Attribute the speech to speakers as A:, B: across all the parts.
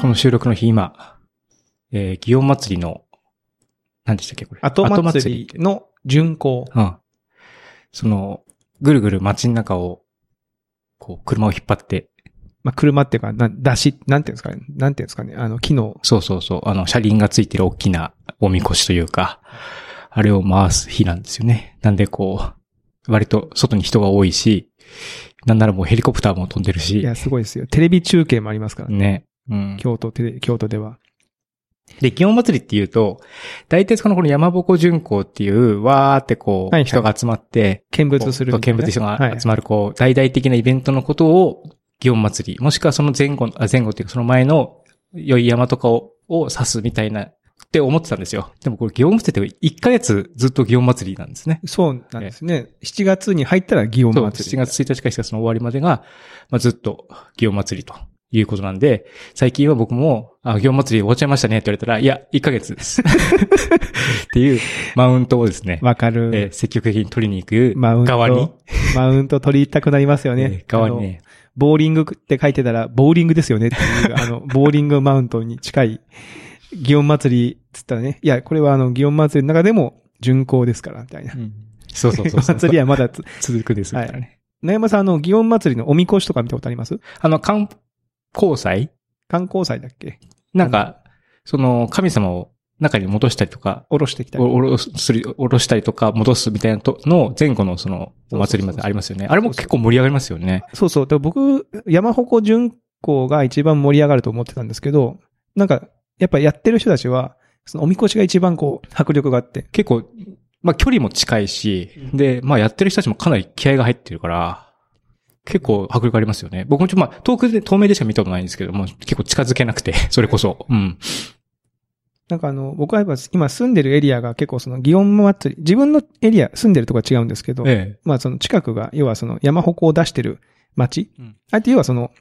A: この収録の日、今、えー、祇園祭りの、何でしたっけ、これ。
B: 後祭りの巡行。
A: うん。その、ぐるぐる街の中を、こう、車を引っ張って、
B: まあ、車っていうか、な、出し、なんていうんですかね。なんていうんですかね。あの、木の、
A: そうそうそう、あの、車輪がついてる大きなおみこしというか、あれを回す日なんですよね。なんでこう、割と外に人が多いし、なんならもうヘリコプターも飛んでる
B: い
A: し、
B: や、すごいですよ。テレビ中継もありますからね。
A: ね。うん。
B: 京都テレ、京都では。
A: で、祇園祭りっていうと、大体そのこの山鉾巡行っていう、わーってこ、
B: はいうはい
A: 人が集まって、
B: 見
A: こう
B: 物するみたい
A: 見
B: な
A: 物
B: ね、
A: 人が集
B: ま
A: まる、こう、大々的なイベントのことを、祇園祭り、もしくはその前後の、あ前後っていうかその前の、良い山とかを、を指すみたいな、って思ってたんですよ。でもこれ祇園祭りって1ヶ月ずっと祇園祭りなんですね。
B: そうなんですね。7月に入ったら祇園
A: そう、
B: 祭
A: 7
B: り。
A: 月1日から7月の終わりまでが、まあ、ずっと、祇園祭りということなんで、最近は僕も、あ、祇園祭り終わっちゃいましたねって言われたら、いや、1ヶ月 です。っていうマウントをですね、
B: わか
A: え
B: る。
A: ー積極的に取りに行く
B: マウント。
A: 側に、
B: マウント取りたくなりますよ
A: え。
B: ね
A: ー側にね、
B: あのボーリングって書いてたら、ボーリングですよねってい う、あの、ボーリングマウントに近い、祇園祭りっつったらね。いや、これはあの、祇園祭りの中でも、巡行ですから、みたいな。
A: そうそうそうそう。
B: 祭りはまだつ、
A: 続くですからね。
B: なやまさん、あの、祇園祭りのおみこしとか見たことあります
A: あの、観光祭
B: 観光祭だっけ
A: なんか、その、神様を中に戻したりとか、
B: おろしてきたり。
A: おおろすり、おろしたりとか、戻すみたいなと、の前後のその、お祭りまでありますよね。あれも結構盛り上がりますよね。
B: そうそう。で僕、山鉾巡行が一番盛り上がると思ってたんですけど、なんか、やっぱやってる人たちは、そのおみこしが一番こう、迫力があって。
A: 結構、まあ距離も近いし、で、まあやってる人たちもかなり気合が入ってるから、結構迫力ありますよね。僕もちょっとまあ遠くで、透明でしか見たことないんですけども、結構近づけなくて、それこそ。うん。
B: なんかあの、僕はやっぱ今住んでるエリアが結構その、祇園祭り、自分のエリア、住んでるとこは違うんですけど、
A: え
B: まあその近くが、要はその山鉾を出してる町。
A: うん
B: あえて要はその、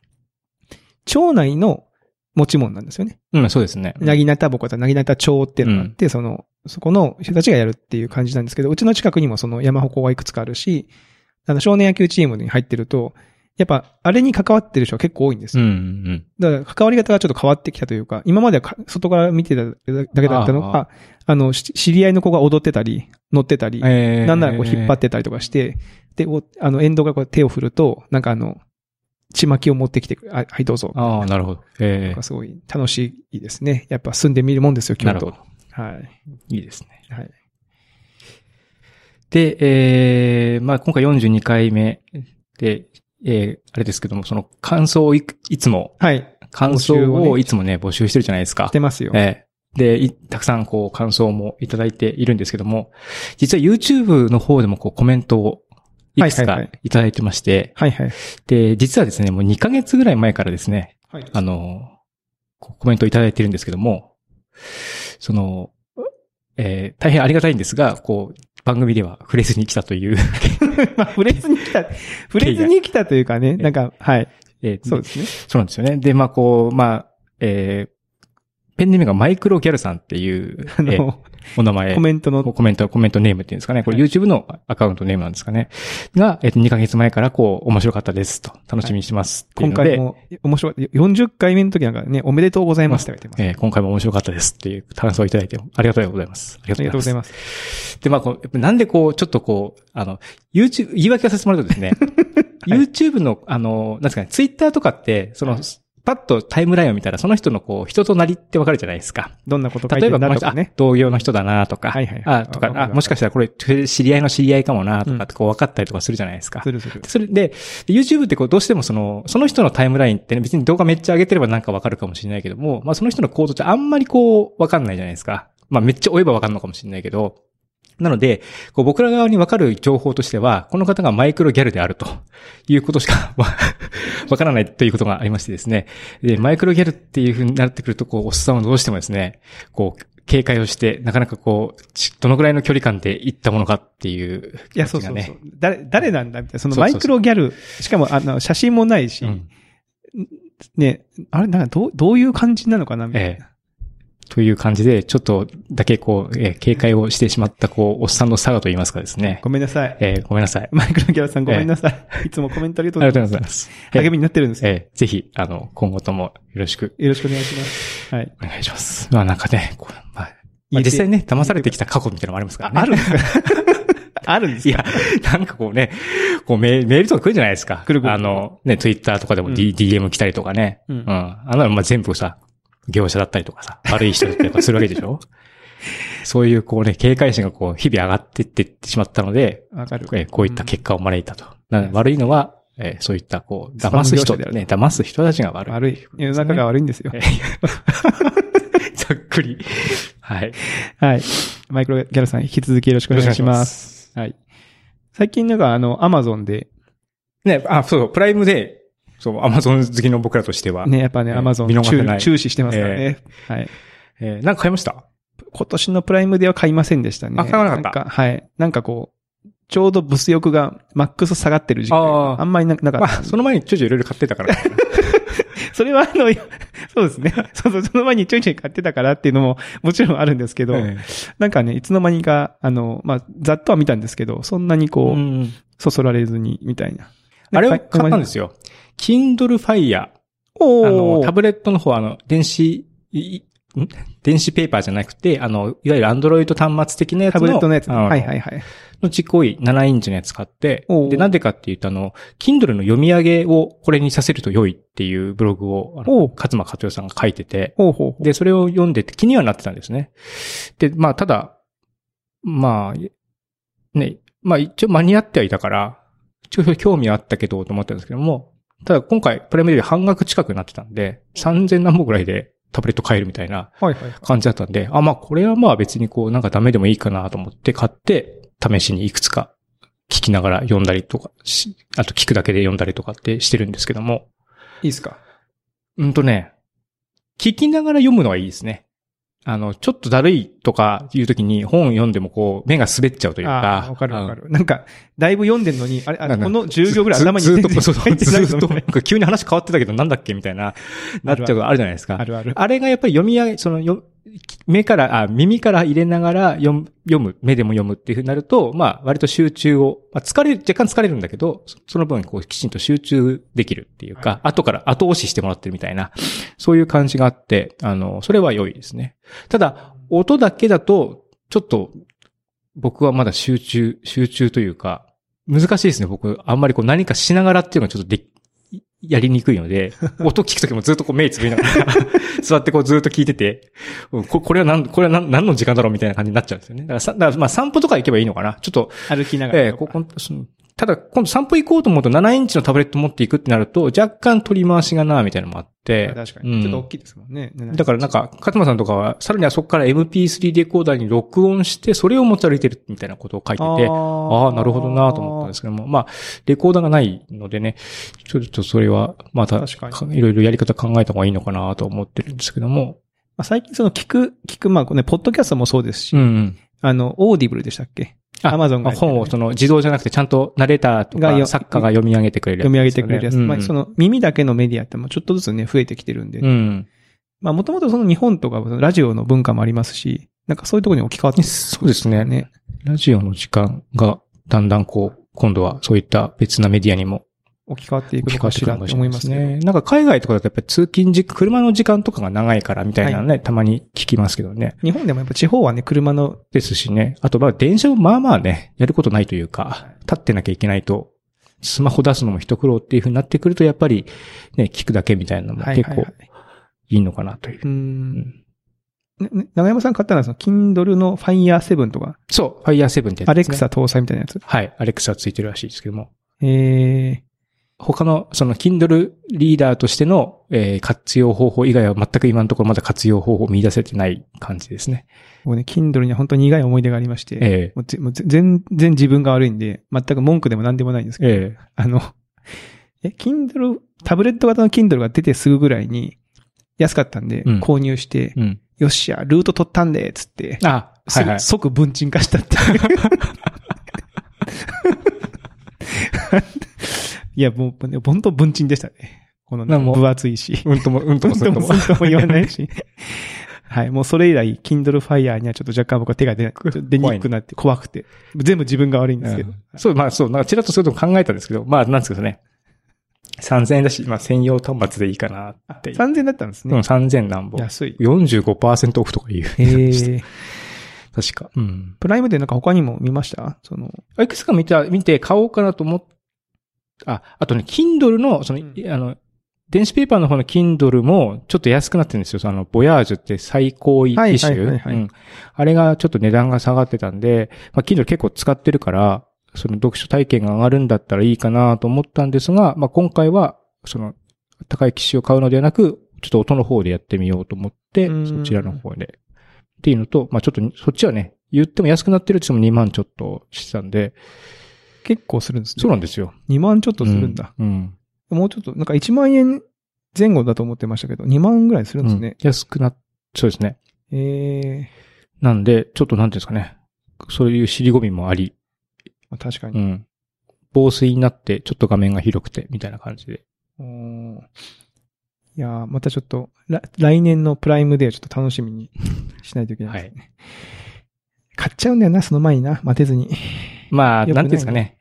B: 町内の持ち物なんですよね。
A: え。うん、そうですね。
B: なぎなたぼこだ、なぎなた町っていうのがあって、その、そこの人たちがやるっていう感じなんですけど、うちの近くにもその山鉾はいくつかあるし、あの、少年野球チームに入ってると、やっぱ、あれに関わってる人は結構多いんです
A: うん、
B: よ。
A: うん。
B: だから、関わり方がちょっと変わってきたというか、今まではか外から見てただけだったの
A: あ
B: が、あの、し知り合いの子が踊ってたり、乗ってたり、
A: ええ
B: なんならこう引っ張ってたりとかして、で、おあの、沿道がこう手を振ると、なんかあの、ちまきを持ってきてくれ、あはい、どうぞ。
A: ああ、なるほど。え
B: なんかすごい楽しいですね。やっぱ住んでみるもんですよ、
A: え。
B: 京
A: なるほ
B: 都
A: ど。。
B: はい。
A: いいですね。
B: はい。
A: で、えー、まあ今回42回目で、えー、あれですけども、その感想をいくいつも、
B: はい。
A: 感想
B: 募集を
A: を
B: ね
A: いつもね、募集してるじゃないですか
B: し。てますよ。
A: ええで、いたくさんこう感想もいただいているんですけども、実は YouTube の方でもこうコメントをいくつ
B: はいはい
A: か
B: はい
A: いただいてまして、
B: はいはい。
A: で、実はですね、もう2ヶ月ぐらい前からですね、
B: はい。
A: あの、こうコメントをいただいてるんですけども、その、えー大変ありがたいんですが、こう、番組では触れずに来たという、
B: まあ、触れずに来た、触れずに来たというかね、なんか、はい。
A: えー
B: そうですね。
A: そうなんですよね。で、まあ、こう、まあ、えーペンネームがマイクロギャルさんっていう、
B: あ
A: えー
B: の、
A: お名前
B: コ。メントの、
A: コメント、コメントネームっていうんですかね。これ
B: は
A: YouTube のアカウントネームなんですかね。が、えっ、と、2ヶ月前からこう、面白かったですと、楽しみにしてますっていう
B: 今
A: ので。
B: 回も面白い。40回目の時なんかね、おめでとうございますって書いてます。
A: えー今回も面白かったですっていう感想をいただいて、ありがとうございます。あり
B: ありがとうございます。
A: す。で、まあこう、やっぱなんでこう、ちょっとこう、あの、YouTube、言い訳をさせてもらうとですね、
B: はい
A: YouTube の、あの、なんですかね、Twitter とかって、その、パッとタイムラインを見たら、その人のこう、人となりってわかるじゃないですか。
B: どんなこと書い
A: 例
B: て
A: え
B: る
A: ばこ
B: な
A: の
B: と
A: 人、
B: か
A: あ
B: ね。
A: 同業の人だなとか、
B: はいはい
A: あ、と
B: わ
A: か、
B: かるわ
A: あ、
B: かる
A: もしかしたらこれ、知り合いの知り合いかもなとかってこう、分かったりとかするじゃないですか。
B: するする。
A: それで、で YouTube ってこう、どうしてもその、その人のタイムラインってね、別に動画めっちゃ上げてればなんかわかるかもしれないけども、まあその人の行動ってあんまりこう、わかんないじゃないですか。まあめっちゃ追えばわかるのかもしれないけど、なので、こう僕ら側にわかる情報としては、この方がマイクロギャルであるということしか わわからないということがありましてですね。で、マイクロギャルっていう風になってくると、こう、おっさんはどうしてもですね、こう、警戒をして、なかなかこう、ちどのぐらいの距離感で行ったものかっていう、
B: いや、そうそうそう。誰、誰なんだみたいな。そのマイク
A: そ
B: ロギャル、しかも、あの、写真もないし
A: う、ん
B: ね、あれ、なんか、どう、どういう感じなのかなみたい
A: ええ
B: な。。
A: という感じで、ちょっとだけこう、えー警戒をしてしまった、こう、おっさんの差がと言いますかですね。
B: ごめんなさい。
A: えーごめんなさい。
B: マイクロギャラさんごめんなさい。いつもコメントありが
A: あ
B: とうござ
A: りが
B: い
A: とう
B: ま
A: ご
B: す。
A: ざいます。
B: 励みになってるんですよ。
A: えーぜひ、あの、今後ともよろしく
B: よろしくお願いします。はい。
A: お願いします。まあなんかね、こうまあ、まあ
B: 言えて
A: 実際ね、騙されてきた過去みたいなのもありますからね。
B: ああるんですかあるんです
A: い
B: か
A: や、なんかこうね、こうメメールとか来るじゃないですか。
B: 来る来る
A: あの、ね、ツイッターとかでも D、DM 来たりとかね。
B: うん
A: あんなのまあ全部さ、業者だったりとか さ、悪い人だったりとかするわけでし ょそういうこうね、警戒心がこう、日々上がってってってしまったので、
B: わかる。
A: えーこういった結果を招いたと。なので悪いのは、えーそういったこう、
B: スパム
A: 騙す人
B: 業者だ
A: だ
B: よ
A: よ
B: ね
A: ね。騙す人たちが悪い。
B: 悪い。世の中が悪いんですよ。
A: ざっく り。はい。
B: はい。マイクロギャラさん、引き続きよろしくお願いします。
A: す。
B: はい。最近なんかあの、アマゾンで、
A: ね、あ、そう、プライムで、そう、アマゾン好きの僕らとしては。
B: ね、やっぱね、
A: え
B: アマゾン
A: 見逃せない
B: 注視してますからね。はい。
A: えーなんか買いました
B: 今年のプライムデーは買いませんでしたね。
A: あ買わなかった
B: んはい。なんかこう、ちょうど物欲がマックス下がってる時期。
A: あ
B: あ
A: ー
B: んまりななかった。
A: まあ、その前にちょいちょいいろいろ買ってたから。
B: それはあの、 そうですね。そうそう、その前にちょいちょい買ってたからっていうのももちろんあるんです けど、
A: え
B: なんかね、いつの間にか、あの、まあ、ざっとは見たんですけど、そんなに
A: え
B: こう、そそられずに、みたいな。。
A: あれを買ったんですすよ。Kindle Fire。
B: お
A: あ
B: ー
A: の、タブレットの方、あの、電子、いん電子ペーパーじゃなくて、あの、いわゆる Android 端末的なやつ
B: タ
A: の。
B: ブレットのやつ。
A: あの
B: はいはいはい。
A: のちっこい7インチのやつ買って
B: おう、
A: で、なんでかっていうと、あの、Kindle の読み上げをこれにさせると良いっていうブログを、あ
B: おう
A: の、勝間和代さんが書いてて、
B: ほうほうほう。
A: で、それを読んでて気にはなってたんですね。で、まあ、ただ、まあ、ね、まあ一応間に合ってはいたから、ちょっと興味はあったけどと思ったんですけども、ただ今回プレミアム半額近くなってたんで、3000何本ぐらいでタブレット買えるみたいな
B: はいはい。
A: 感じだったんで、あ、まあこれはまあ別にこうなんかダメでもいいかなと思って買って、試しにいくつか聞きながら読んだりとかし、あと聞くだけで読んだりとかってしてるんですけども、
B: いいですか
A: うんとね、聞きながら読むのはいいですね。あの、ちょっとだるいとかいうときに本読んでもこう、目が滑っちゃうという
B: あ
A: か。
B: あ、わかるわかる。なんか、だいぶ読んでんのに、あれ、あ
A: なんか
B: この10秒ぐらい
A: ず
B: 頭に
A: ずっと、
B: 全然
A: そうそう
B: 入ってない
A: ずっと、なんか急に話変わってたけどなんだっけみたいな、なっちゃうことあるじゃないです
B: あ
A: か。
B: るある。
A: あれがやっぱり読み上げ、そのよ、目から、あ、耳から入れながら読む、読む、目でも読むっていうふうになると、まあ、割と集中を、まあ、疲れる、若干疲れるんだけど、そその分、こう、きちんと集中できるっていうか、後から後押ししてもらってるみたいな、そういう感じがあって、あの、それは良いですね。ただ、音だけだと、ちょっと、僕はまだ集中、集中というか、難しいですね、僕。あんまりこう、何かしながらっていうのがちょっとでき、やりにくいので、音聞くときもずっとこう目つぶりながら、座ってこうずっと聞いてて、うんここれは何、これは何何の時間だろうみたいな感じになっちゃうんですよね。だからさ、だからまあ散歩とか行けばいいのかな。ちょっと、
B: 歩きながら。
A: ええここそのただ今度散歩行こうと思うと7インチのタブレット持っていくってなると、若干取り回しがな、みたいなのもあって。
B: 確か
A: う
B: に。
A: ん
B: ちょっと大きいですもんね。。
A: だからなんか、勝間さんとかは、さらにあそこから MP3 レコーダーに録音して、それを持ち歩いてるみたいなことを書いてて、ああ、なるほどなと思ったんですすけども、まあ、レコーダーがないのでね、ちょっとそれは、また、
B: 確かに
A: かいろいろやり方考えた方がいいのかなと思ってるんですけども。
B: まあ最近その聞く、聞く、まあね、ポッドキャストもそうですし、
A: ん。
B: あの、オーディブルでしたっけ
A: あ
B: Amazon が
A: まあ本をその自動じゃなくてちゃんとナレーターと
B: が
A: か
B: よ
A: 作家が読み上げてくれるや
B: 読
A: つ
B: み上げ
A: です
B: て
A: よ
B: く
A: ね、
B: れるやつ。まあその耳だけのメディアってもうちょっとずつね、増えてきてるんで、
A: うん。うん。
B: まあもともとその日本とかはそのラジオの文化もありますし、なんかそういうところに置き換わって
A: そうですね。
B: ね。
A: ラジオの時間がだんだんこう、今度はそういった別なメディアにも
B: 置き換わっていく
A: 聞
B: の
A: こ
B: か
A: えて
B: し
A: くる
B: ら
A: かも
B: と
A: し
B: 思
A: れ
B: い
A: ない
B: ま
A: ですす
B: ね。
A: ね。なんか海外とかだとやっぱり通勤時、車の時間とかが長いからみたいなね、たまに聞きますけどね。
B: 日本でもやっぱ地方はね、車の、
A: ですしね。あと、まあ、電車もまあまあね、やることないというか、立ってなきゃいけないと、スマホ出すのも一苦労っていう風になってくると、やっぱり、ね、聞くだけみたいなのも
B: はい
A: 結
B: はい
A: 構
B: はい。
A: いいのかなという。
B: うー。
A: うんん
B: ねね長山さん買ったのは、その、Kindle の Fire 7とか、
A: そう、Fire 7ってやつですね
B: アレクサ搭載みたいなやつ。
A: はい、アレクサついてるらしいですけども。
B: え
A: 他の、その、Kindle リーダーとしての、えー活用方法以外は全く今のところまだ活用方法を見出せてない感じですね。
B: ー、もうね、Kindle には本当に苦い思い出がありまして、
A: え
B: もうぜもうぜ全然自分が悪いんで、全く文句でも何でもないんです
A: え
B: けど、
A: え
B: あの、え、Kindle、タブレット型の Kindle が出てすぐぐらいに、安かったんで、
A: うん
B: 購入して
A: え、うん。
B: よっしゃ、ルート取ったんで、つって、
A: あ、はいはい
B: す。即文鎮化したっていう。 いや、もう、ね本当文鎮でしたね。この、
A: なんかもう
B: 分厚いし。
A: うんとも、うんと
B: 文
A: も
B: 鎮
A: すんと
B: と
A: も
B: も。言わないし。はい。もうそれ以来、Kindle Fire にはちょっと若干僕は手が出なく、ちょっと出にくくなって怖くて。全部自分が悪いんですけど。
A: うん そう、まあそう、なんかちらっとそういうことも考えたんですけど、まあなんですけどね。3000円だし、まあ専用端末でいいかなっていう。
B: 3000円だったんです
A: うん、
B: ね。
A: 3000何本。
B: 安い。
A: 45%オフとかいう。
B: えー、
A: 確か。うん。
B: プライムでなんか他にも見ましたその、
A: いくつか見た、見て買おうかなと思っ、あ、あとね、Kindle の、その、
B: うん
A: いあの、電子ペーパーの方の Kindle もちょっと安くなってるんですよ。その、ボヤージュって最高一
B: はい
A: 種。
B: はいはいはい
A: うん。あれがちょっと値段が下がってたんで、まあ、Kindle 結構使ってるから、その読書体験が上がるんだったらいいかなと思ったんですが、まあ、今回は、その、高い機種を買うのではなく、ちょっと音の方でやってみようと思って、
B: うん
A: そちらの方で。っていうのと、まあ、ちょっと、そっちはね、言っても安くなってるって言っても2万ちょっとしてたんで、
B: 結構するんですね。
A: そうなんですよ。
B: 2万ちょっとするんだ。
A: うん。うん。
B: もうちょっと、なんか1万円前後だと思ってましたけど、2万ぐらいするんですね。
A: うん安くなっ、そうですね。
B: え
A: なんで、ちょっとなんていうんですかね。そういう尻込みもあり、
B: ー、まあ、確か
A: う
B: に、
A: ん。防水になって、ちょっと画面が広くて、みたいな感じで。
B: おーいやーまたちょっと、ら来年のプライムデーをちょっと楽しみにしないといけな
A: はい
B: です
A: い
B: ね。。買っちゃうんだよな、その前にな。待てずに。
A: まあ、
B: よくな
A: な
B: い
A: んていうんですかね。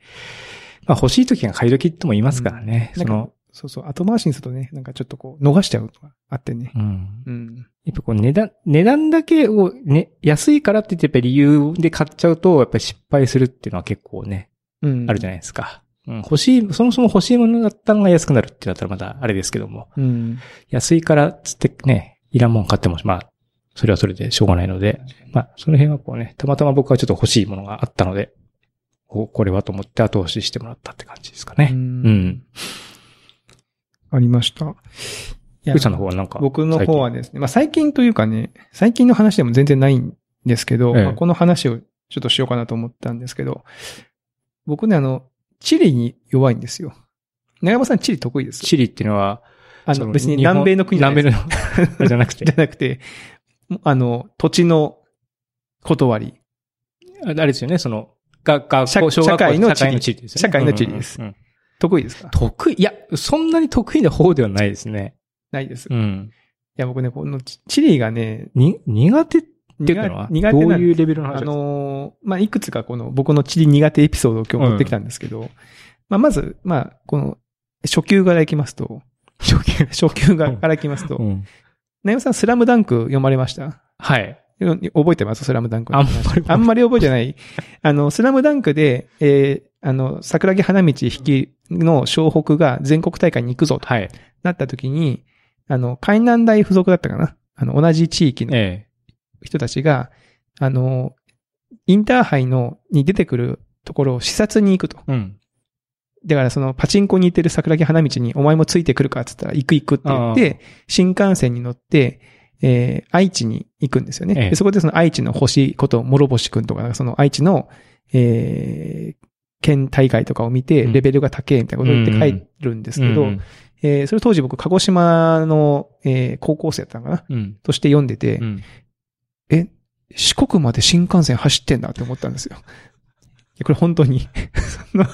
A: まあ、欲しい時が買い時とも言いますからね。
B: うん
A: その、
B: そうそう、後回しにするとね、なんかちょっとこう、逃しちゃうとかあってね。
A: うん。
B: うん。
A: やっぱこう値段、値段だけをね、安いからって言ってやっぱり理由で買っちゃうと、やっぱり失敗するっていうのは結構ね、
B: うん。
A: あるじゃないですか。うん、欲しい、そもそも欲しいものだったのが安くなるってなったらまだあれですけども。
B: うん。
A: 安いからっつってね、いらんもん買っても、まあ、それはそれでしょうがないので、まあ、その辺はこうね、たまたま僕はちょっと欲しいものがあったので、おこれはと思って後押ししてもらったって感じですか
B: う
A: ね。うんん。
B: ありました。い
A: ゆうさんの方はなんか、
B: 僕の方は
A: 最
B: ですね、まあ最近というかね、最近の話でも全然ないんですけど、
A: ええ
B: まあこの話をちょっとしようかなと思ったんですけど、僕ね、あの、地理に弱いんですよ。長山さん地理得意です
A: 近、チリっていうのは、
B: あ
A: そ
B: の、別に南米の国
A: 日
B: じゃ
A: 本
B: ないで
A: 南
B: す
A: 米の、 あれじゃなく
B: じ
A: て。
B: ゃなくて、あの、土地の断り。
A: ああれですよね、その、学校、小
B: 社
A: 学校
B: 社会の
A: 社
B: 地理
A: 会の地理ですよね。
B: 社会の地理です
A: うんうんうん
B: 得意ですか
A: 得意、いや、そんなに得意な方ではないですね。
B: ないです。
A: う
B: い
A: ん。
B: や、僕ね、この地地理がね、
A: に、苦手って
B: 苦
A: いうのは
B: 苦手
A: ど
B: な
A: うんい
B: で
A: うレベルの
B: す。
A: 話で
B: あ
A: すか
B: のー、まあ、いくつかこの僕の地理苦手エピソードを今日持ってきたんですけど、まあ、まず、まあ、この、初級からいきますと、
A: 初級。
B: 初級がからいきますと、
A: うん。
B: なよさんスラムダンク読まれました
A: はい。
B: よ覚えてますスラムダンクの
A: あん
B: 話。
A: まり。
B: あんまり覚えてない。あの、スラムダンクで、えー、あの、桜木花道引きの湘北が全国大会に行くぞと
A: はい。
B: なった時に、あの、海南大附属だったかなあの、同じ地域の
A: え
B: 人たちが、あの、インターハイの、に出てくるところを視察に行くと。
A: え。うん。
B: だからそのパチンコに行ってる桜木花道にお前もついてくるかって言ったら行く行くって言って、新幹線に乗って、えー、愛知に行くんですよね。
A: ええ
B: でそこでその愛知の星こと諸星くんとか、なんかその愛知の、えー、県大会とかを見て、
A: うん
B: レベルが高えみたいなことを言って帰るんですけど、
A: うん
B: えー、それ当時僕、鹿児島の、えー、高校生だったのかな
A: うん。
B: として読んでて、
A: うん。
B: え、四国まで新幹線走ってんだって思ったんですよ。い やこれ本当に。そ の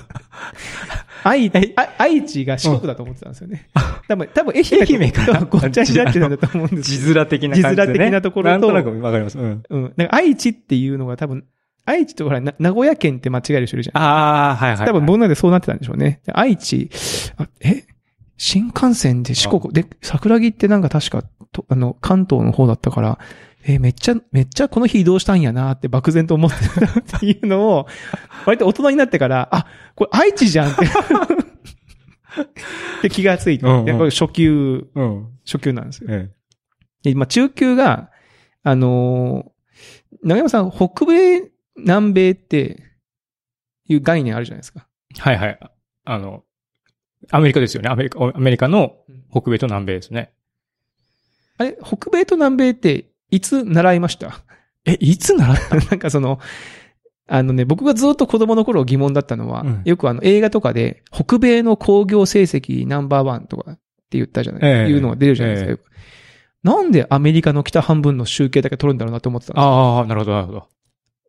B: 愛、あ愛知が四国だと思ってたんですよね。多分、多分愛媛
A: 愛媛から
B: ごっちゃになってたんだと思う んです
A: 字面的な感じで、ね。
B: 字面的なところ
A: なん
B: と
A: となくわかります。うん。
B: うん。なんか愛知っていうのが多分、愛知とほら、な名古屋県って間違える人いるじゃん。
A: ああ、はいはい、はい。
B: 多分、僕なんでそうなってたんでしょうね。で愛知、あえ新幹線で四国、で、桜木ってなんか確か、とあの、関東の方だったから、えめっちゃ、めっちゃこの日移動したんやなって漠然と思ってたっていう のを、割と大人になってから、あ、これ愛知じゃんってって気がついて、
A: うんうん
B: でこれ初級、
A: うん。
B: 初級なんですよ。
A: え
B: でまあ中級が、あのー長山さん、北米、南米っていう概念あるじゃないですか。
A: えはいはい。あの、アメリカですよね。アメリカ、アメリカの北米と南米ですね。
B: あれ、北米と南米って、いつ習いました
A: え、いつ習った
B: なんかその、あのね、僕がずっと子供の頃疑問だったのは、
A: うん
B: よくあの映画とかで、北米の興行成績ナンバーワンとかって言ったじゃない、
A: ええ
B: いうのが出るじゃないです
A: え
B: か、
A: え
B: よくなんでアメリカの北半分の集計だけ取るんだろうなと思ってたのっ
A: ああ、なるほど、なるほど。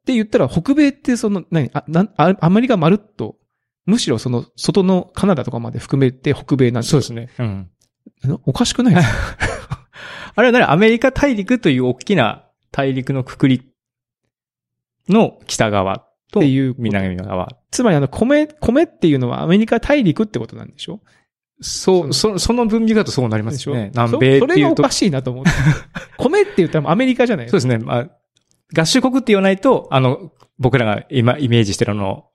B: て言ったら、北米ってその、何あなんあアメリカまるっと、むしろその、外のカナダとかまで含めて北米なんです
A: そう
B: よ
A: ですね。うん。
B: あのおかしくないですか
A: あれは何アメリカ大陸という大きな大陸のくくりの北側と
B: っていうこと
A: 南側。
B: つまりあの、米、米っていうのはアメリカ大陸ってことなんでしょ
A: そう、そ、その分離だとそうなりま
B: ですしょ
A: よね。南米っ
B: そそ
A: て
B: れ
A: い
B: が
A: う
B: お
A: と。
B: かしいな と思って。米って言ったらもうアメリカじゃない
A: そうですね。まあ、合衆国って言わないと、あの、僕らが今イメージしてるあの、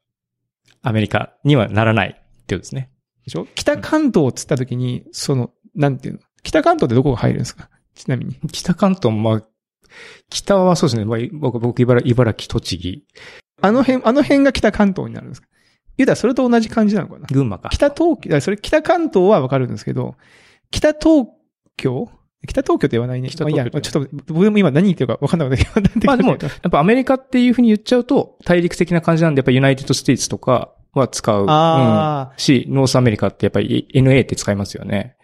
A: アメリカにはならないっていうことですね。
B: でしょ北関東っつった時に、その、なんていうの北関東ってどこが入るんですかちなみに。
A: 北関東も、まあ、北はそうですね。まあ、僕、僕、茨茨城、栃木、
B: あの辺、あの辺が北関東になるんですか言うたらそれと同じ感じなのかな
A: 群馬か。
B: 北東京、あそれ北関東はわかるんですけど、北東京北東京って言わないね。
A: 北
B: まあ
A: 東
B: いい
A: 京
B: や、ちょっと、僕も今何言ってるかわかんなくなってきた。
A: まあでも、やっぱアメリカっていうふうに言っちゃうと、大陸的な感じなんで、やっぱユナイテッドステイツとかは使う。うん
B: ああ、
A: し、ノースアメリカってやっぱり NA って使いますよね。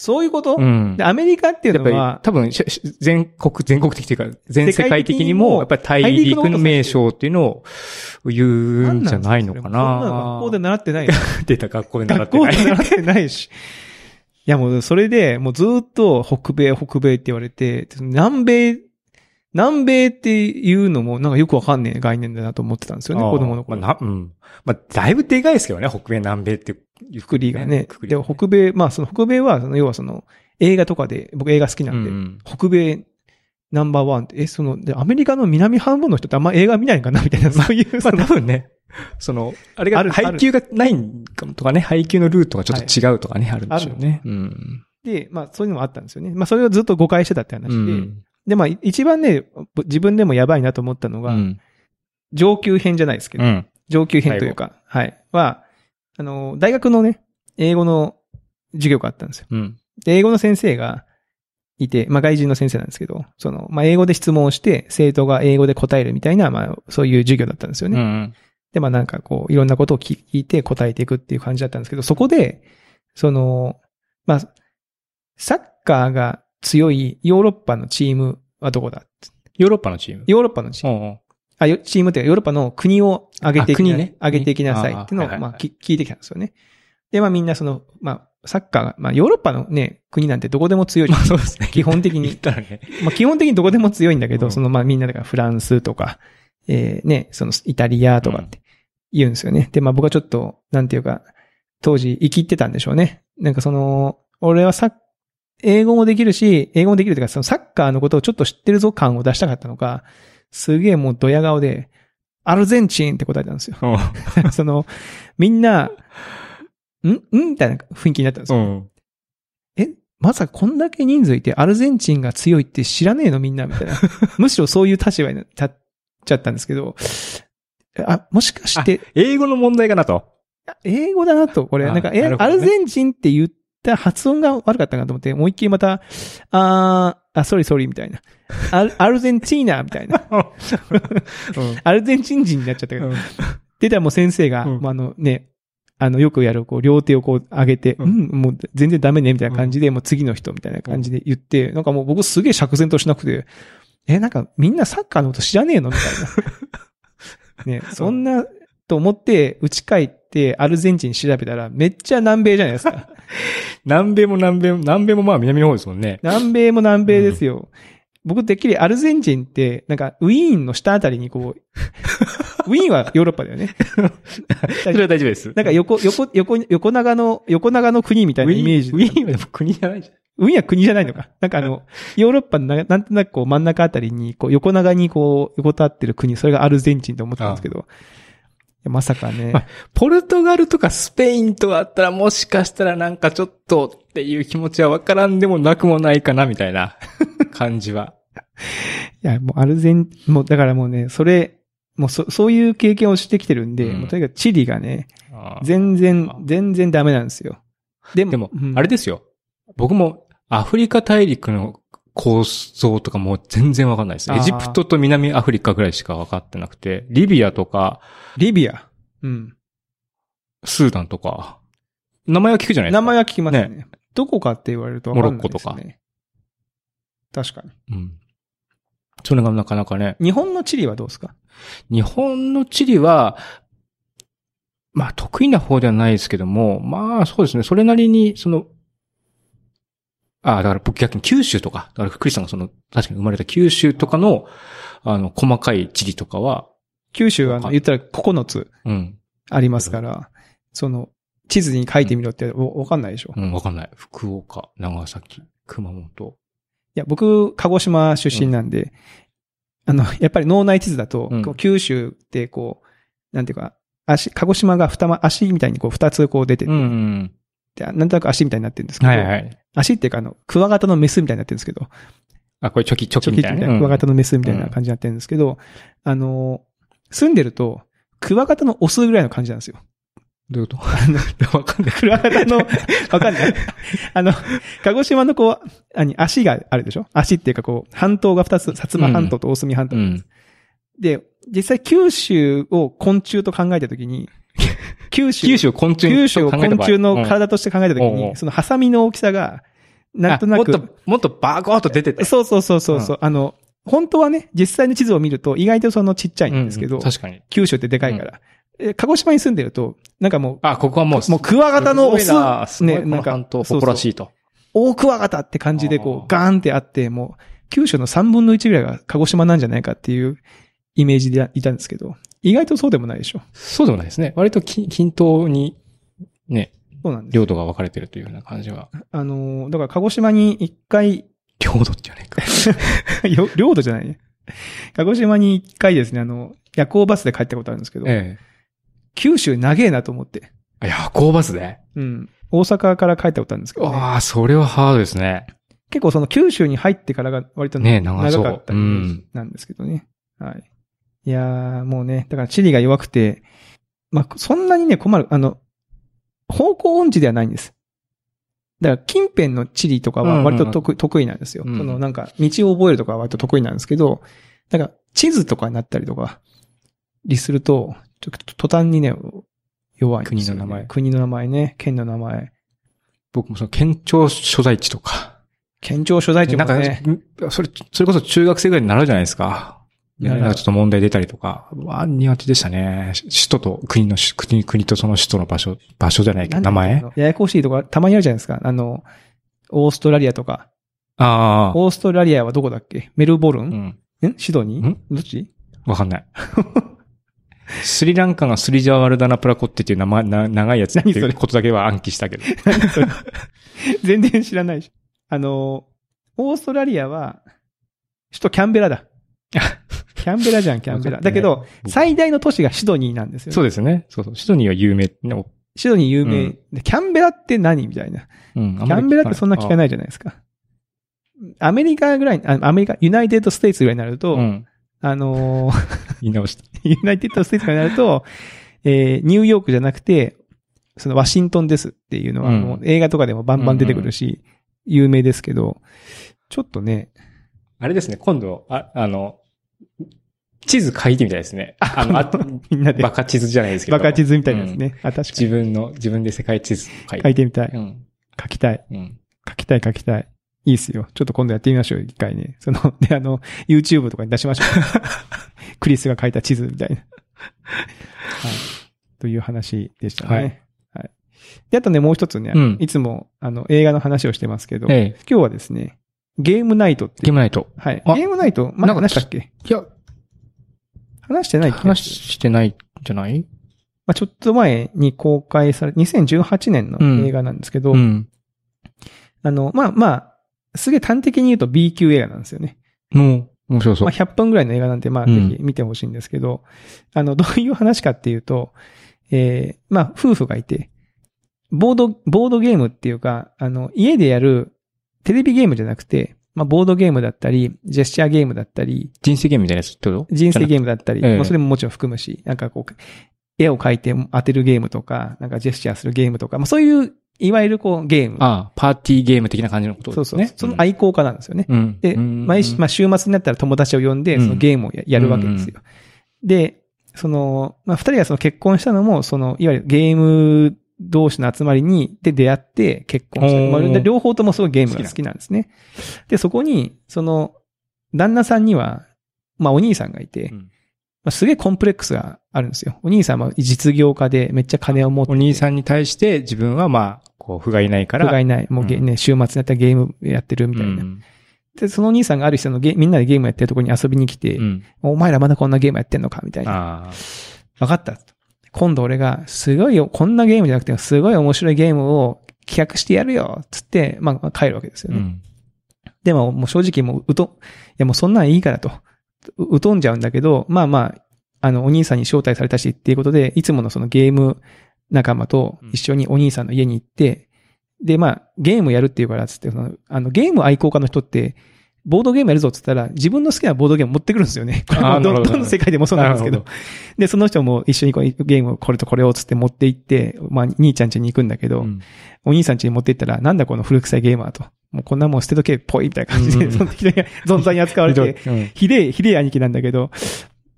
B: そういうこと、
A: うん。
B: でアメリカっていう
A: やっぱ
B: の
A: り
B: は、
A: 多分しし全国、全国的というか、全世界的に
B: 世
A: も、や
B: 界
A: っぱり大陸の名称っていうのを言うんじゃないのか
B: んなの
A: な
B: 学校で習ってないよ。
A: 出た学校で習っ
B: 学
A: て
B: 校
A: な
B: で
A: い。
B: 習ってないし。いやもうそれで、もうずーっと北米、北米って言われて、南米、南米っていうのもなんかよくわかんねえ概念だなと思ってたんですよね、
A: あー
B: 子供の頃。
A: まあ、なうん。まあ、だいぶでかいですけどね、北米、南米っていう。
B: くくりがね。
A: くくり
B: で
A: が
B: も
A: ね
B: 北米、まあその北米は、その要はその映画とかで、僕映画好きな
A: うん
B: で、
A: ん。
B: 北米ナンバーワンって、え、その、でアメリカの南半分の人ってあんま映画見ないんかなみたいな、そういう、
A: ま
B: そ
A: あ、
B: の
A: 多分ね、その、あれ
B: あ
A: が、
B: る
A: 配給がないんかもとかね、配給のルートがちょっと違うとかね、あるんでしょうね。うん。
B: で、まあそういうのもあったんですよね。まあそれをずっと誤解してたって話
A: う
B: で、
A: ん。
B: で、まあ一番ね、自分でもやばいなと思ったの
A: う
B: が、
A: ん。
B: 上級編じゃないですけど、
A: うん。
B: 上級編というか、はい、は、あの、大学のね、英語の授業があったんですよ。
A: うん。
B: で、英語の先生がいて、まあ外人の先生なんですけど、その、まあ英語で質問をして、生徒が英語で答えるみたいな、まあそういう授業だったんですよ
A: う
B: ね。
A: ん。
B: で、まあなんかこう、いろんなことを聞いて答えていくっていう感じだったんですけど、そこで、その、まあ、サッカーが強いヨーロッパのチームはどこだ
A: ヨーロッパのチーム。
B: ヨーロッパのチーム
A: うんうん
B: あ、よチームというかヨーロッパの国を上げていきな、
A: あ国ね
B: 上げていきなさいっていうのを、
A: ああはいはい
B: ま
A: は
B: あ
A: い、
B: き聞いてきたんですよね。で、まあみんなその、まあ、サッカーが、まあヨーロッパのね、国なんてどこでも強いじゃん。
A: そうですね。
B: 基本的
A: 言っ
B: に、
A: たらね。
B: まあ基本的にどこでも強いんだけど、
A: うん
B: そのまあみんなだからフランスとか、えー、ね、そのイタリアとかって言うんですよね。で、まあ僕はちょっと、なんていうか、当時生きってたんでしょうね。なんかその、俺はサッ英語もできるし、英語もできるというか、そのサッカーのことをちょっと知ってるぞ感を出したかったのか、すげえもうドヤ顔で、アルゼンチンって答えたんですよ。 その、みんな、んんみたいな雰囲気になったんです
A: う
B: よ。
A: ん。
B: まさかこんだけ人数いてアルゼンチンが強いって知らねえのみんなみた いな。むしろそういう立場に立っちゃったんですけど、あ、もしかして、
A: 英語の問題かなと。
B: 英語だなと、これ。
A: あ
B: なんか、え
A: なるほ
B: ア
A: どね
B: ルゼンチンって言った発音が悪かったかなと思って、もう一回また、あー、あ、ソリソリみたいな。アルアルゼンチーナみ たいな。アルゼンチン人になっちゃったけど。で、たらもう先生が、
A: うん
B: まあ、あのね、あの、よくやる、こう、両手をこう上げて、う、
A: うん
B: もう全然ダメね、みたいな感じで、もう次の人みたいな感じで言って、なんかもう僕すげえ釈然としなくて、え、なんかみんなサッカーのこと知らねえのみたいな。ね、そんな、と思って、打ち返って、アルゼンチン調べたら、めっちゃ南米じゃないですか。
A: 南米も南米も、南米もまあ南の方ですもんね。
B: 南米も南米ですよ。僕、てっきりアルゼンチンって、なんか、ウィーンの下あたりにこう、ウィーンはヨーロッパだよね。
A: それは大丈夫です。
B: なんか横、横、横、横長の、横長の国みたいなイメージ。
A: ウィーンはでも国じゃないじ
B: ウィーンは国じゃないの か。なんかあの、ヨーロッパのな、なんとなくこう真ん中あたりに、こう横長にこう、横たわってる国、それがアルゼンチンと思ってたんですけど。いやまさかね。
A: あゃん。ポルトガルとかスペインとかあったらもしかしたらなんかちょっとっていう気持ちはわからんでもなくもないかなみたいな 感じは。
B: いや、もうアルゼン、もうだからもうね、それ、もうそ、そういう経験をしてきてるんで、
A: うん
B: もうとにかくチリがね、
A: あー
B: 全然
A: あ、
B: 全然ダメなんですよ。でも、
A: でも
B: う、ん
A: あれですよ。僕もアフリカ大陸の構造とかもう全然わかんないです。
B: あー
A: エジプトと南アフリカぐらいしかわかってなくて、リビアとか、
B: リビア。うん。
A: スーダンとか、名前は聞くじゃないですか。
B: 名前は聞きますね。どこかって言われるとわかんないですね。
A: モロ
B: ッコとか。確かに。
A: うん。それがなかなかね、
B: 日本のチリはどうですか
A: 日本の地理は、まあ得意な方ではないですけども、まあそうですね、それなりに、その、ああ、だから僕逆に九州とか、だからクリスさんがその、確かに生まれた九州とかの、あの、細かい地理とかは、
B: 九州はあの、
A: はい
B: 言ったら9つ
A: うん、
B: ありますから、その、地図に書いてみろってわわかんないでしょ。
A: う
B: い
A: ん、わかんない。福岡、長崎、熊本。
B: や、僕、鹿児島出身なんで、あの、やっぱり脳内地図だと、
A: うん
B: こう九州ってこう、なんていうか、足、鹿児島が二ま、足みたいにこう二つこう出てて、
A: ん、
B: でなんとなく足みたいになってるんですけど、
A: はいはい。
B: 足っていうかあの、クワガタのメスみたいになってるんですけど、
A: あ、これチョキ、チョ
B: チ
A: キみ
B: ョキ
A: たい
B: みた
A: な。
B: いな、クワガ
A: タ
B: タのメスみたいな感じになってるんですけど、あの、住んでると、クワガタのオスぐらいの感じなんですよ。
A: どういうこと わかんない。
B: クワガタの、わかんない。あの、鹿児島のこう、何、足があるでしょ足っていうかこう、半島が二つ、薩摩半島と大隅半島。
A: うん。
B: で、実際九州を昆虫と考えたときに、 九州、
A: 九州を昆虫
B: 九州を昆虫の
A: 体
B: 体として考えたときに、
A: うん
B: そのハサミの大きさが、なんとなく、
A: もっと、もっとバーコーっと出てた。
B: そうそうそうそうそう、あの、本当はね、実際の地図を見ると意外とそのちっちゃいんですけど、
A: う確かに。
B: 九州ってでかいから。え鹿児島に住んでると、なんかも
A: あ、ここはもう、
B: う、もうクワガタのオ
A: すごいな
B: ス、
A: すごい
B: ね、
A: こ
B: なん
A: の
B: か、
A: 半島
B: そう
A: 誇らしいと。
B: 大クワガタって感じでこ
A: あー
B: う、ガーンってあって、もう、九州の3分の1ぐらいが鹿児島なんじゃないかっていうイメージでいたんですけど、意外とそうでもないでしょ。
A: そうでもないですね。割とき均等に、ね、
B: そうなんです。
A: 領土が分かれてるというような感じは。
B: あのー、だから鹿児島に一回、
A: 領土って言わないか。
B: よ領土じゃないね。鹿児島に一回ですね、あの、夜行バスで帰ったことあるんですけど、
A: ええ。
B: 九州長えなと思って、
A: あ夜行バスで
B: うん。大阪から帰ったことあるんですけどね、
A: わあ、それはハードですね。
B: 結構その九州に入ってからが割と
A: ねえ
B: 長
A: 長そう
B: かったイメージなんですけどね。はい。いやー、もうね、だから地理が弱くて、まあ、そんなにね、困る。あの、方向音痴ではないんです。だから近辺の地理とかは割と得,、得意なんですよ。
A: うん
B: そのなんか道を覚えるとかは割と得意なんですけど、なんか地図とかになったりとか、りすると、ちょっと途端にね、弱いんですよ
A: 国
B: ね
A: の名前
B: 国の名前ね、県の名前。
A: 僕もその県庁所在地とか。
B: 県庁所在地
A: な
B: も
A: んか、
B: ね、
A: んそれ、それこそ中学生ぐらいになるじゃないですか。ね
B: 習う
A: なんかちょっと問題出たりとか。わあ、苦手でしたね。し首都と国のし、国、国とその首都の場所、場所じゃないけど、名
B: なん
A: 前
B: だっけあのややこしいとか、たまにあるじゃないですか。あの、オーストラリアとか。
A: ああ。
B: オーストラリアはどこだっけメルボル
A: う
B: ン、
A: ん。
B: んシドニー
A: ん
B: どっち
A: わかんない。スリランカがスリジャワルダナプラコッテっていう名前、な長いやつってい
B: 何そうれ
A: ことだけは暗記したけ ど。
B: 全然知らないし。あの、オーストラリアは、首都キャン ベラだ。キャンベラじゃん、キャンベ
A: わ
B: ラ。
A: かってな
B: だ
A: い
B: けど、
A: 僕
B: 最大の都市がシドニーなんですよ、
A: そうですね。そうそう。シドニーは有名。ね
B: シドニー有名。
A: う
B: でキャンベラって何みたいな。
A: うん。
B: キャンベラってそんな聞か
A: い。
B: ないじゃないですか。アメリカぐらい、あアメリカ、ユナイテッドステイツぐらいになると、
A: うん。
B: あのー
A: 言い直した。
B: ユナイテッド・ステーツになると、えーニューヨークじゃなくて、そのワシントンですっていうのは、
A: うん
B: もう映画とかでもバンバン出てくるし、有名ですけど、ちょっとね、
A: あれですね、今度、あ、あの、地図書いてみたいですね。あの、 あ
B: みんなで
A: バカ地図じゃないですけど。
B: バカ地図みたいなですね。あ、確か
A: 自
B: に。
A: 分の、自分で世界地図書い
B: 書
A: て。
B: いてみたい。
A: うん。
B: 書きたい。
A: うん。
B: 書きたい、書きたい。いいっすよ。ちょっと今度やってみましょう、一回ね。その、で、あの、YouTube とかに出しましょ う。クリスが書いた地図みたいな。はい。という話でしたね。
A: は
B: はいい。で、あとね、もう一つね、
A: うん
B: いつも、あの、映画の話をしてますけど、
A: ええ。
B: 今日はですね、ゲームナイトっ
A: ゲ
B: てい
A: ー
B: う。
A: ムナイト。
B: はい。
A: あ
B: ゲームナイト、
A: な
B: 前
A: んか
B: 話したっけ
A: いや、
B: 話してないっけ
A: 話してないんじゃない
B: まあ、ちょっと前に公開され、2018年
A: うん
B: の映画なんですけど、
A: うん。
B: あの、まあまあ、すげえ端的に言うと B 級映画なんですよね。
A: もう、面白そ
B: ま
A: う
B: あ、。100分ぐらいの映画なんで、まあ、
A: う
B: ぜ
A: ん
B: ひ見てほしいんですけど、あの、ど ういう話かっていうと、えーまあ、夫婦がいて、ボード、ボードゲームっていうか、あの、家でやるテレビゲームじゃなくて、まあ、ボードゲームだったり、ジェスチャーゲームだったり、
A: 人生ゲームみたいなやつってこと
B: 人生
A: ー
B: ゲームだったり、
A: ええ
B: まあ、それももちろん含むし、なんかこう、絵を描いて当てるゲームとか、なんかジェスチャーするゲームとか、まあ、そういう、いわゆるこう、ゲーム。
A: ああ、パーティーゲーム的な感じのこと
B: そ
A: で
B: う
A: す
B: そう
A: ね。。
B: その愛好家なんですよね。
A: うん。
B: で、
A: うん
B: 毎週、まあ、週末になったら友達を呼んで、
A: うん
B: そのゲームをややるわけですよ。で、その、まあ、二人がその結婚したのも、その、いわゆるゲーム同士の集まりに、で出会って結婚した。
A: おー
B: まあで両方ともすごいゲームが好きなんですね。で、そこに、その、旦那さんには、まあ、お兄さんがいて、
A: うん
B: まあ、すげえコンプレックスがあるんですよ。お兄さんは実業家でめっちゃ金を持って
A: お兄さんに対して自分はまあ、こう、不甲斐ないから。
B: 不甲斐ない。もうゲ、
A: うん
B: ね、週末になったらゲームやってるみたいな。
A: うん
B: で、そのお兄さんがある人のゲみんなでゲームやってるところに遊びに来て、
A: うん。
B: お前らまだこんなゲームやってんのかみたいな。
A: ああ。
B: わかった。今度俺が、すごいよ、こんなゲームじゃなくて、すごい面白いゲームを企画してやるよつって、まあまあ、帰るわけですよ
A: う
B: ね。
A: ん。
B: でも、もう正直もう、うと、いやもうそんなんいいからと。う、うとんじゃうんだけど、まあまあ、あの、お兄さんに招待されたしっていうことで、いつものそのゲーム仲間と一緒にお兄さんの家に行って、で、まあ、ゲームやるっていうからっつって、その、あの、ゲーム愛好家の人って、ボードゲームやるぞっつったら、自分の好きなボードゲーム持ってくるんです よね。これ
A: あ
B: も
A: ー
B: ど
A: なるほど
B: どの世界でもそうなんですけど
A: なる。
B: で、その人も一緒にこうゲームをこれとこれをっつって持って行って、まあ、兄ちゃん家に行くんだけど、
A: うん
B: お兄さん家に持って行ったら、なんだこの古臭いゲーマーと。もうこんなもん捨てとけ、ぽい、みたいな感じ
A: う
B: で、
A: ん
B: その時だけ 存在に扱われて、
A: うん
B: ひでえ、ひでえ兄貴なんだけど、っ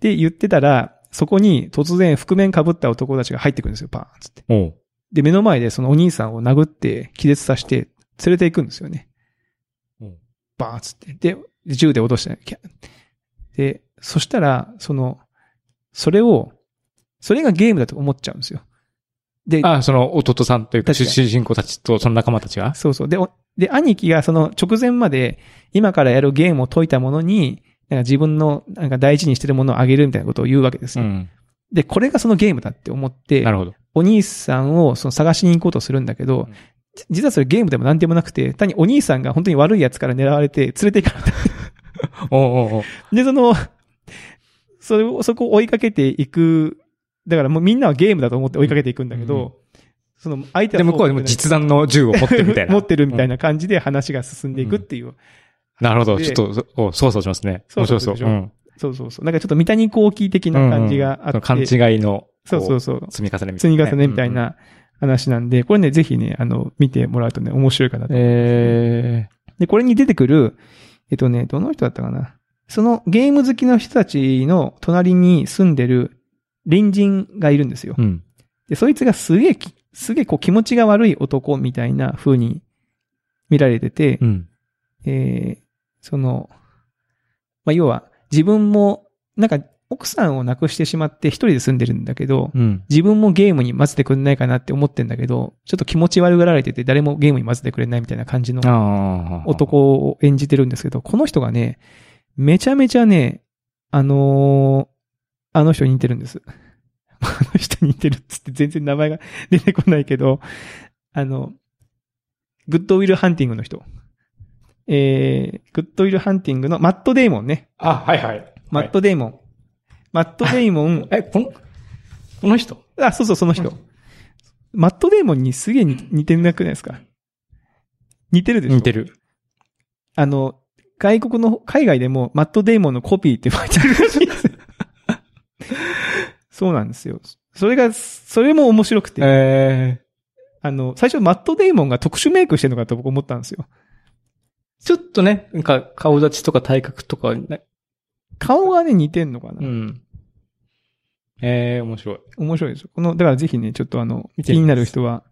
B: て言ってたら、そこに突然覆面被った男たちが入ってくるんですよ、パーンっつって。
A: おう
B: で、目の前でそのお兄さんを殴って、気絶させて、連れて行くんですよね
A: うん。
B: バーンっつって。で、銃で脅して、キャッで、そしたら、その、それを、それがゲームだと思っちゃうんですよ。で、
A: ああ、その弟さんというか、
B: 確か
A: 主
B: に
A: 人公たちとその仲間たちが
B: そうそう。で、おで、兄貴がその直前まで今からやるゲームを解いたものに、なんか自分のなんか大事にしてるものをあげるみたいなことを言うわけです
A: う
B: よ。
A: ん。
B: で、これがそのゲームだって思って
A: な、るほど。
B: お兄さんをその探しに行こうとするんだけ
A: う
B: ど、
A: ん
B: じ実はそれゲームでも何でもなくて、単にお兄さんが本当に悪い奴から狙われて連れて行かれた。
A: おうおうおう
B: で、その、それを、そこを追いかけていく、だからもうみんなはゲームだと思って追いかけていくんだ
A: うん
B: け
A: うん
B: ど、その相手は
A: で、向こうはでも
B: 実
A: 実弾の銃を持ってるみたいな。
B: 持ってるみたい
A: な。
B: な感じで話が進んでいくっていう。
A: なるほど。
B: で
A: ちょっと、お操作しますね。
B: そ
A: 面
B: う
A: 白
B: そ
A: そう。
B: うそうでしょ
A: ん
B: そうそうそう。なんかちょっと三谷幸喜的な感じがあって。
A: うんうんその勘違いの、
B: そうそう
A: こ
B: そう。
A: 積み重ねみたい
B: 積み
A: な。
B: 重ねみたい
A: うんうん。
B: な話なんで、これね、ぜひね、あの、見てもらうとね、面白いかなと。
A: え
B: で、これに出てくる、えっとね、どの人だったかな。そのゲーム好きの人たちの隣に住んでる隣人がいるんですよ
A: え。。うん。
B: で、そいつがすげえき、すげえこう気持ちが悪い男みたいな風に見られてて、
A: うん。
B: えーその、まあ、要は、自分も、なんか、奥さんを亡くしてしまって一人で住んでるんだけど、
A: うん。
B: 自分もゲームに混ぜてくれないかなって思ってんだけど、ちょっと気持ち悪がられてて、誰もゲームに混ぜてくれないみたいな感じの
A: ああ。
B: 男を演じてるんですけど、この人がね、めちゃめちゃね、あのーあの人に似てるんです。 あの人に似てるっつって全然名前が 出てこないけど、あの、グッドウィルハンティングの人。えー、グッドウィルハンティングのマット・デイモンね。
A: あ、はいはい。
B: マット・デイモン。マット・デイモン、
A: え、この、この人
B: あ、そうそう、その人。マット・デイモンにすげえ似似てなくないですか似てるでしょ
A: 似てる。
B: あの、外国の、海外でもマットデイモンのコピーって書いてあるらしいです。 そうなんですよ。それが、それも面白くて、
A: ええ。
B: あの、最初マットデイモンが特殊メイクしてるのかと僕思ったんですよ。
A: ちょっとね、なんか顔立ちとか体格とか、ね
B: 顔がね、似てんのかな、
A: ん。ええ、面白い。
B: 面白いですよ。この、だからぜひね、ちょっとあの、
A: 見てみます
B: 気になる人は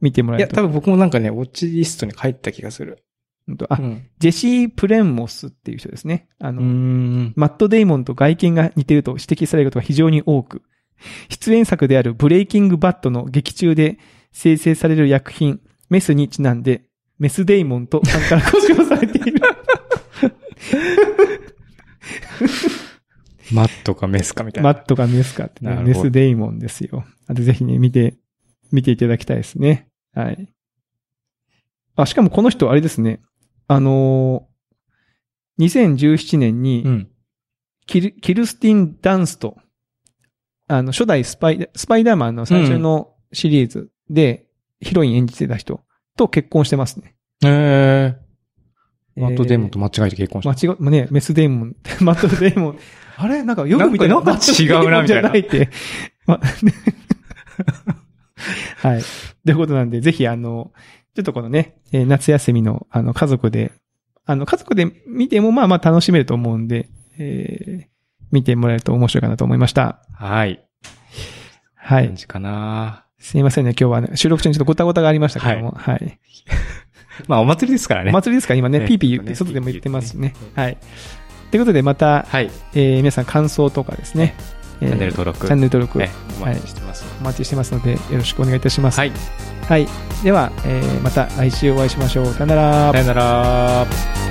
B: 見てもら
A: い
B: え
A: や、
B: ると。
A: 多分僕もなんかね、ウォッチリストに入った気がする。
B: うんとあ、
A: うん。
B: ジェシー・プレンモスっていう人ですね。あの、
A: ん。
B: マット・デイモンと外見が似てると指摘されることが非常に多く、出演作であるブレイキング・バットの劇中で生成される薬品、メスにちなんで、メス・デイモンと簡単に呼称され ている。
A: マットかメスかみたい
B: マ
A: な。
B: ットがメスかって、
A: なる
B: ね、
A: ほど
B: メス・デイモンですよ。あとぜひね、見て、見ていただきたいですね。はい。あ、しかもこの人、あれですね。あのー2017年に、
A: うん。
B: キル、キルスティン・ダンスト。あの、初代スパイ、スパイダーマンの最初のシリーズで、ヒロイン演じてた人と結婚してますね。
A: ええ。マットデーモンと間違えて結婚し
B: 間
A: た。
B: 違う、ね、メスデーモン、 マットデーモン。あれなんかよく見たら
A: なんかなんか違うなみたいな
B: マットデーモンじゃないって。ま はい。ということなんで、ぜひあの、ちょっとこのね、えー夏休みの、あの、家族で、あの、家族で見てもまあまあ楽しめると思うんで、えー見てもらえると面白いかなと思いました。
A: はい。
B: は
A: 感
B: い。
A: じかな。
B: すいませんね、今日はね、収録中にちょっとごたごたがありましたけども、はい。
A: まあ、お祭りですからね
B: お。祭りですから、今ね、
A: ね
B: ピーピ
A: ちょっとね
B: ー、外でも言ってますね。はい。ということで、また、
A: はい。
B: えー皆さん感想とかですね、えー
A: チャンネル登録。
B: チャンネル登録
A: ええお待ちしてます。
B: お待ちしてますので、よろしくお願いいたします。
A: はい。
B: はい。では、えーまた来週お会いしましょう。さよなら
A: さよなら。